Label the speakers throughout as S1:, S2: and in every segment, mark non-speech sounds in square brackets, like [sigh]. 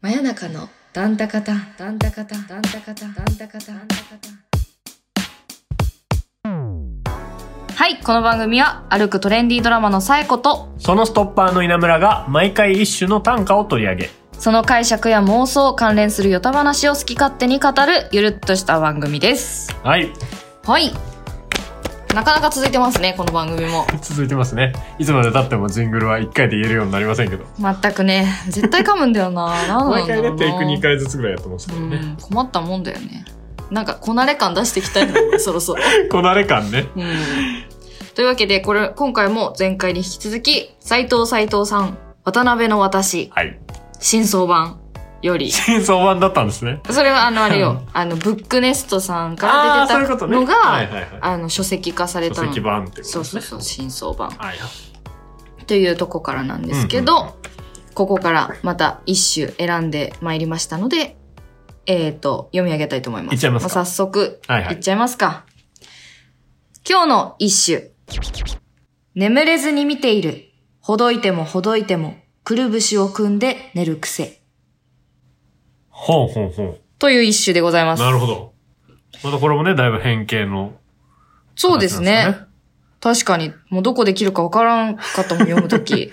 S1: 真夜中のダンタカタンダンタカタンダンタカタンダンタカタンダンタカタンはいこの番組は歩くトレンディードラマのサエコと
S2: そのストッパーの稲村が毎回一種の短歌を取り上げ
S1: その解釈や妄想関連するヨタ話を好き勝手に語るゆるっとした番組です
S2: はい
S1: はいなかなか続いてますねこの番組も
S2: 続いてますねいつまで経ってもジングルは1回で言えるようになりませんけど
S1: 全くね絶対噛むんだよ [laughs] ななんな
S2: 毎
S1: んだ
S2: 回
S1: ろう
S2: ね
S1: な
S2: テイク2回ずつぐらいやってますけど
S1: う
S2: ね
S1: ん困ったもんだよねなんかこなれ感出していきたいのそろそろ、
S2: こなれ感ね
S1: うん、というわけでこれ今回も前回に引き続き斎藤斎藤さん渡辺の私
S2: はい
S1: 新装版より
S2: 真相版だったんですね
S1: それはあのあれ
S2: う
S1: よ
S2: ん
S1: あのブックネストさんから
S2: あーそ
S1: 出
S2: ういう
S1: て
S2: こ
S1: た
S2: と
S1: の
S2: ねはいはいはい
S1: があの書籍化された
S2: 書
S1: の
S2: 籍版ってことです
S1: そ
S2: ね
S1: うそうそう新装版
S2: はい
S1: というとこからなんですけど、
S2: うんうん
S1: ここからまた一首選んでまいりましたのでえっ、と読み上げたいと思います
S2: いっちゃいますか
S1: あ早速
S2: はいはい
S1: っちゃいますか今日の一首眠れずに見ているほどいてもほどいてもくるぶしを組んで寝る癖
S2: ほうほうほ
S1: という一首でございま
S2: う
S1: す
S2: なるほどまたこれもねだいぶ変形の
S1: そうです
S2: 話な
S1: ね
S2: んですかね
S1: 確かに、もうどこで切るかわからんかったもん、読むと
S2: [laughs]
S1: き。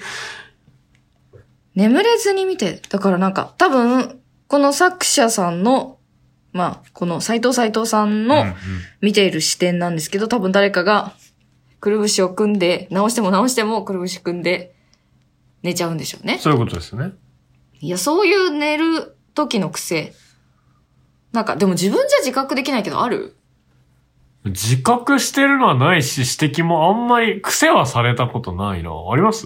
S1: 眠れずに見て、だからなんか、多分、この作者さんの、まあ、この斎藤斎藤さん
S2: うんう
S1: の
S2: ん
S1: 見ている視点なんですけど、多分誰かが、くるぶしを組んで、直しても直してもくるぶし組んで、寝ちゃうんでしょうね。
S2: そういうことですね
S1: いや、そういう寝る時の癖。なんか、でも自分じゃ自覚できないけど、ある
S2: 自覚してるのはないし指摘もあんまり癖はされたことないなあります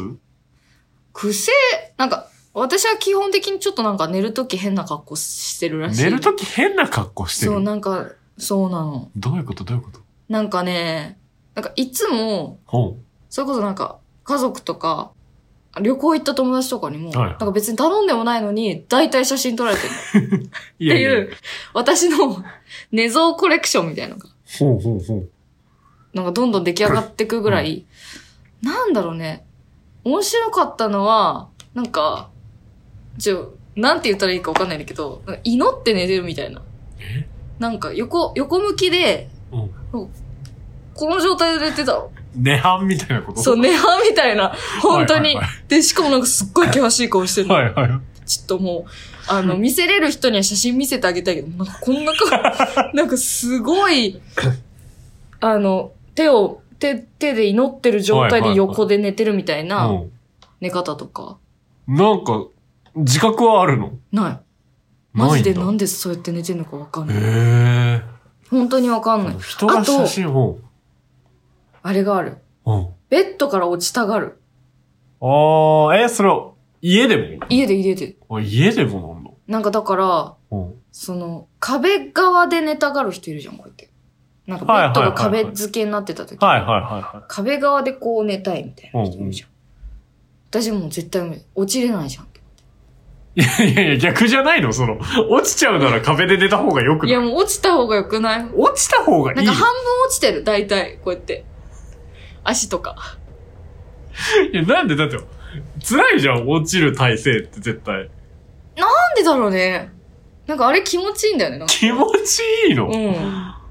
S1: 癖、なんか、私は基本的にちょっとなんか寝るとき変な格好してるらしい。
S2: 寝るとき変な格好して
S1: そう、
S2: る
S1: なんか、そうなの。
S2: どういうことどういうこと
S1: なんかね、なんかいつも、
S2: ほ
S1: それこそなんか、家族とか、旅行行った友達とかにも、
S2: はい
S1: なんか別に頼んでもないのに、大体写真撮られてるっ
S2: うい
S1: ていう、私の [laughs] 寝相コレクションみたいなのが、
S2: ほうほうほう
S1: なんかどんどん出来上がってくぐらい、なんだろうね、面白かったのは、なんか、ちょ、なんて言ったらいいかわかんないんだけど、なんか祈って寝てるみたいな。
S2: え
S1: なんか横、横向きで、
S2: うん
S1: この状態で寝てたの。
S2: 涅槃みたいなこと
S1: そう、ネハみたいな、本当に
S2: はいはい。
S1: で、しかもなんかすっごい険しい顔してるの。
S2: はいはい。
S1: ちょっともう、あの、見せれる人には写真見せてあげたいけど、なんかこんな [laughs] 顔、なんかすごい、あの、手を、手、手で祈ってる状態で横で寝てるみたいな
S2: うん
S1: 寝方とか。
S2: なんか、自覚はあるの
S1: ない。マジで
S2: な
S1: ない
S2: ん
S1: ん
S2: だ
S1: でそうやって寝てるのかわかんない。
S2: へ
S1: 本当にわかんない
S2: え。。人が写真を。
S1: あれがある。
S2: うん。
S1: ベッドから落ちたがる。
S2: ああ、え、それ、家で
S1: 家で家で。
S2: もあ家でもなんだ。
S1: なんかだから、
S2: うん。
S1: その、壁側で寝たがる人いるじゃん、こうやって。なんかベッドが壁付けになってた時、
S2: はいはいはいは
S1: 壁側でこう寝たいみたいな人いるじゃん。私もう絶対無理落ちれないじゃん。
S2: い。いやいやいや、逆じゃないのその、落ちちゃうなら壁で寝た方がよく
S1: い
S2: な
S1: や
S2: い
S1: もう落ちた方がよくない
S2: 落ちた方がい
S1: なん
S2: い
S1: か。半分落ちてる、大体。こうやって。足とか。
S2: いや、なんでだって、辛いじゃん、落ちる体勢って絶対。
S1: なんでだろうね。なんかあれ気持ちいいんだよね。なんか
S2: 気持ちいいの。
S1: うん。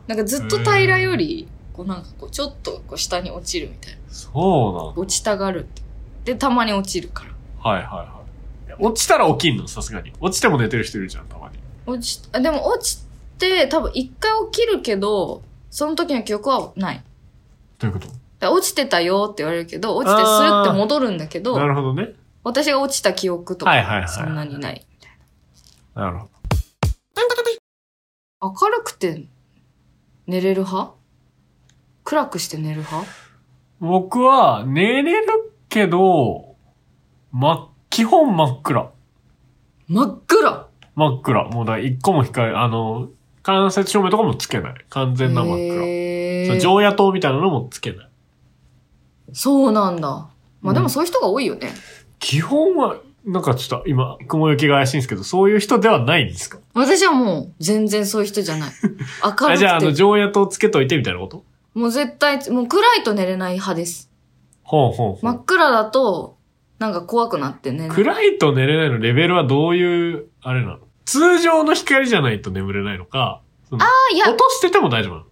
S1: なんかずっと平らより、こうなんかこう、ちょっとこう下に落ちるみたいな。
S2: そう
S1: 落ちたがるって。で、たまに落ちるから。
S2: なの。はいはいはい。落ちたら起きんの、さすがに。落ちても寝てる人いるじゃん、たまに。
S1: 落ち、あでも落ちて、多分一回起きるけど、その時の記憶はない。
S2: どういうこと
S1: だから落ちてたよって言われるけど、落ちてスルって戻るんだけ
S2: な
S1: ど、
S2: るほどね。
S1: 私が落ちた記憶と
S2: はいはいはい
S1: か
S2: は、い
S1: そんなにない。
S2: なるほど。
S1: 明るくて寝れる派暗くして寝る派
S2: 僕は寝れるけど、ま、基本真っ暗。
S1: 真っ暗
S2: 真っ暗。もうだ、一個も光、あの、間接照明とかもつけない。完全な真っ
S1: へー
S2: 暗。そう常夜灯みたいなのもつけない。
S1: そうなんだ。まあでもそういう人が多いよね。
S2: 基本は、なんかちょっと今、雲行きが怪しいんですけど、そういう人ではないんですか
S1: 私はもう全然そういう人じゃない。明
S2: [laughs] あじゃあ、あ
S1: る
S2: の、
S1: くて。
S2: 常夜灯つけといてみたいなこと
S1: もう絶対、もう暗いと寝れない派です。
S2: ほうほうほう。
S1: 真っ暗だと、なんか怖くなってね。
S2: 暗いと寝れないのレベルはどういう、あれなの通常の光じゃないと眠れないのか、その
S1: あ、いや
S2: 落、としてても大丈夫なの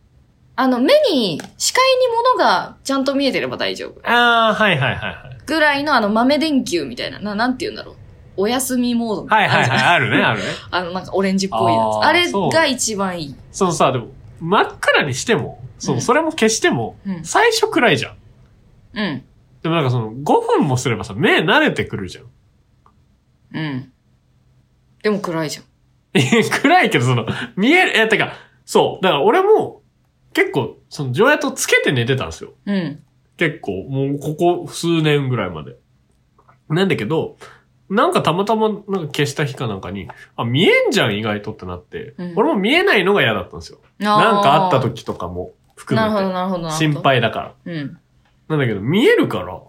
S1: あの、目に、視界に物がちゃんと見えてれば大丈夫。
S2: ああ、はいはいはいはい。
S1: ぐらいのあの豆電球みたいな、ななんて言うんだろう。お休みモードみた
S2: はい
S1: なのあ
S2: はい
S1: るじゃ
S2: は
S1: ん。
S2: い、あるね、あるね。
S1: あの、なんかオレンジっぽいや
S2: あー
S1: つ。あれ
S2: そう
S1: が一番いい。
S2: そのさ、でも、真っ暗にしても、そうの、
S1: ん
S2: それも消しても、
S1: うん。
S2: 最初暗いじゃん。
S1: うん。
S2: でもなんかその、5分もすればさ、目慣れてくるじゃん。
S1: うん。でも暗いじゃん。
S2: いや暗いけど、その、見える、え、てか、そう。だから俺も、結構、その、常夜灯つけて寝てたんですよ。
S1: うん。
S2: 結構、もう、ここ数年ぐらいまで。なんだけど、なんかたまたま、なんか消した日かなんかに、あ、見えんじゃん、意外とってなって、
S1: うん
S2: 俺も見えないのが嫌だったんですよ。なんかあった時とかも、含
S1: なるほど、
S2: め
S1: なるほど。な
S2: て。
S1: るほど
S2: 心。配だから。
S1: うん。
S2: なんだけど、見えるから、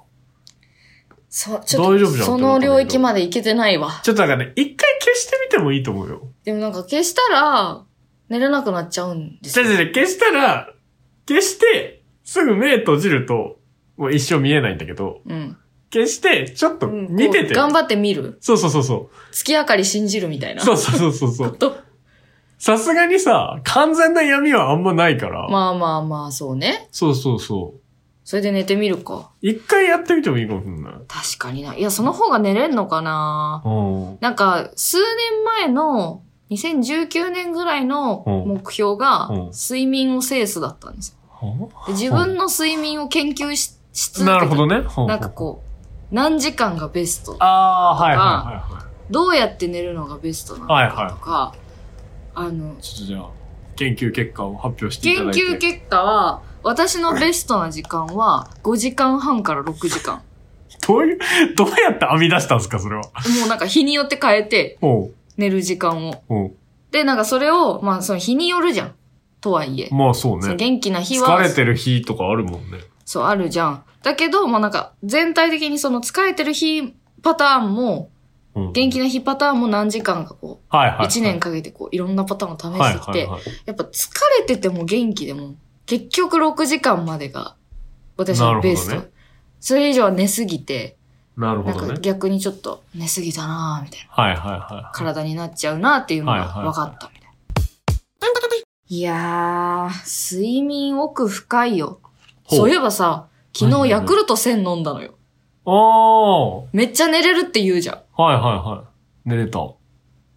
S1: そう、ちょっと、
S2: 大丈夫じゃん
S1: その領域まで行けてないわ。
S2: ちょっとなんかね、一回消してみてもいいと思うよ。
S1: でもなんか消したら、寝れなくなっちゃうんです
S2: じゃ
S1: よ。
S2: じゃ消したら、消して、すぐ目閉じると、もう一生見えないんだけど、
S1: うん。
S2: 消して、ちょっと
S1: うん
S2: 見て
S1: こ
S2: て。
S1: う頑張って見る。
S2: そうそうそうそ。
S1: 月明かり信じるみたいうな。
S2: そうそうそうそうそう。
S1: と
S2: さすがにさ、完全な闇はあんまないから。
S1: まあまあまあ、そうね。
S2: そうそうそう。
S1: それで寝てみるか。
S2: 一回やってみてもいいかもしれない。
S1: 確かにな。いや、その方が寝れんのかな
S2: うん。
S1: なんか、数年前の、2019年ぐらいの
S2: うん
S1: 目標が
S2: うん、
S1: 睡眠を制すだったんですよ。で自分の睡眠を研究し、し続けて
S2: なるほどね。ほう
S1: なんかこう、何時間がベスト。
S2: ああ、はいはいはいはい。
S1: どうやって寝るのがベストなの
S2: はいは
S1: か
S2: い
S1: とか、あの、
S2: ちょっとじゃあ、研究結果を発表していた
S1: 研
S2: だいて。
S1: 究結果は、私のベストな時間は5時間半から6時間。
S2: どういう、 [laughs] どうやって編み出したんですか、それは。
S1: もうなんか日によって変えて
S2: ほう
S1: 寝る時間を。
S2: ほう
S1: で、なんかそれを、まあその日によるじゃん。とはいえ。
S2: まあそう
S1: その
S2: ね。
S1: 元気な日は
S2: 疲、れてる日とかあるもんね。
S1: そうあるじゃん。だけど、まあなんか全体的にその疲れてる日パターンも、
S2: うん
S1: 元気な日パターンも何時間かこ、
S2: はいはいうはい。
S1: 1年かけてこういろんなパターンを試してきて、
S2: はいはいはい
S1: やっぱ疲れてても元気でも、結局6時間までが、私のベース
S2: なる
S1: と。
S2: ほど
S1: それ以上は寝すぎて、
S2: なる
S1: なん
S2: ほど
S1: か
S2: ね。
S1: 逆にちょっと寝すぎたなぁ、みたいな。
S2: はいはいはい。
S1: 体になっちゃうなぁっていうの
S2: は
S1: が
S2: いはい
S1: 分かったみたいな。いやー、睡眠奥深いよ。
S2: ほう
S1: そういえばさ、昨
S2: はいは
S1: 日
S2: いは
S1: ヤ
S2: い
S1: クルト1000飲んだのよ。
S2: おー
S1: めっちゃ寝れるって言うじゃん。
S2: はいはいはい。寝れた。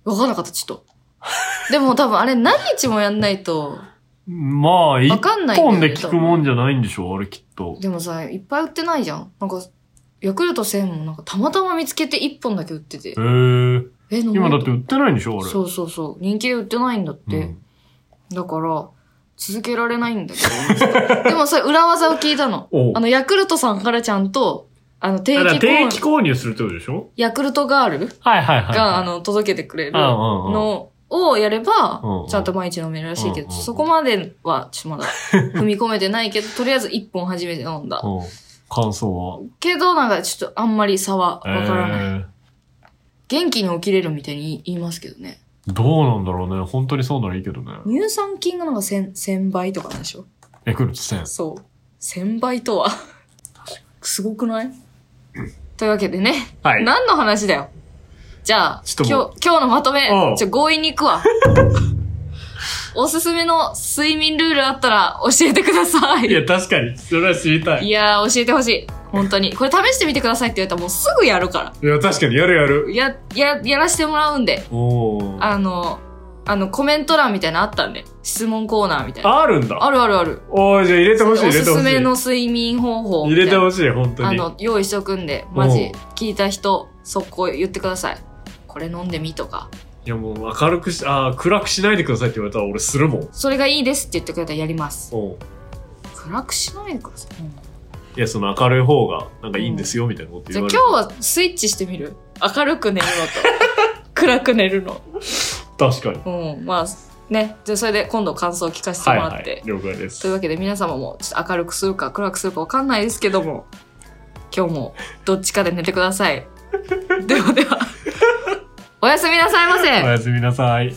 S1: 分からなかった、ちょっと。
S2: [laughs]
S1: でも多分あれ何日もやんないと、
S2: まあ、一
S1: わかんないんだよね
S2: 本で聞くもんじゃないんでしょう、あれきっと。
S1: でもさ、いっぱい売ってないじゃん。なんか、ヤクルト1000もなんかたまたま見つけて1本だけ売ってて
S2: へえ。。ー。
S1: え、飲もう
S2: 今
S1: と
S2: だって売ってないんでしょ、あれ。
S1: そうそうそう。人気で売ってないんだっ
S2: う
S1: て。
S2: ん
S1: だから、続けられないんだけど。でもさ、裏技を聞いたの。
S2: おう
S1: あの、ヤクルトさんからちゃんと、あの、定
S2: だから
S1: 期
S2: 定
S1: 購
S2: 期
S1: 入、
S2: 購入するってことでしょ
S1: ヤクルトガール
S2: はいはいはい。
S1: が、あ、の、届けてくれる
S2: うんうんうん
S1: のをやれば
S2: うんうん、
S1: ちゃんと毎日飲めるらしいけ
S2: うん
S1: ど、
S2: うんうん
S1: そこまでは、ちょ
S2: [laughs]
S1: っとまだ踏み込めてないけど、とりあえず1本初めて飲んだ。
S2: うん。感想は
S1: けど、なんかちょっとあんまり差はわからない。
S2: え
S1: 元気に起きれるみたいに言いますけどね。
S2: ーどうなんだろうね。本当にそうならいいけどね。
S1: 乳酸菌がなんか1000 1000倍とかなんでしょ
S2: ヤクルト1000。
S1: そう。1000倍とは。すごくないというわけでね。
S2: はい
S1: 何の話だよ。じゃあ、
S2: ちょ
S1: 今日
S2: っともう、
S1: 今日のまとめ
S2: おう、
S1: ちょ、強引に行く
S2: [laughs]
S1: わ。おすすめの睡眠ルールあったら教えてください。
S2: いや、確かに。それは知りたい。
S1: いやー、教えてほしい。本当に。これ試してみてくださいって言われたらもうすぐやるか
S2: いや、確かに。やるや
S1: ら。
S2: る。
S1: や、や、やらせてもらうんで。
S2: おー。
S1: あの、あの、コメント欄みたいなのあったんで。質問コーナーみたいな。
S2: あるんだ。
S1: あるあるある。
S2: おー、じゃあ入れてほしい、入
S1: お
S2: れ
S1: す
S2: てほしい。
S1: すめの睡眠方法みた
S2: 入
S1: いな。
S2: れてほしい、本当
S1: あ
S2: に。
S1: の、用意しとくんで、マジ
S2: おう、
S1: 聞いた人、速攻言ってください。これ飲んでみとか、
S2: いや、もう明るくし、ああ、暗くしないでくださいって言われたら俺するもん。
S1: それがいいですって言ってくれたらやります。
S2: うん。
S1: 暗くしないでください。
S2: いや、その明るい方が、なんかいいんですよ、みたいなこと
S1: じゃ
S2: 言
S1: あ
S2: わ
S1: 今日
S2: れて。
S1: はスイッチしてみる明るく寝るの
S2: [laughs]
S1: と、暗く寝るの。
S2: 確かに。
S1: うん、まあ、ね。じゃあそれで今度感想を聞かせて
S2: は
S1: も
S2: い、
S1: らって。
S2: はい。了解です
S1: とい。うわけで皆様も、ちょっと明るくするか暗くするかわかんないですけども、今日もどっちかで寝てく
S2: [laughs]
S1: ださい。ではでは、おやすみなさいませ。
S2: おやすみなさい。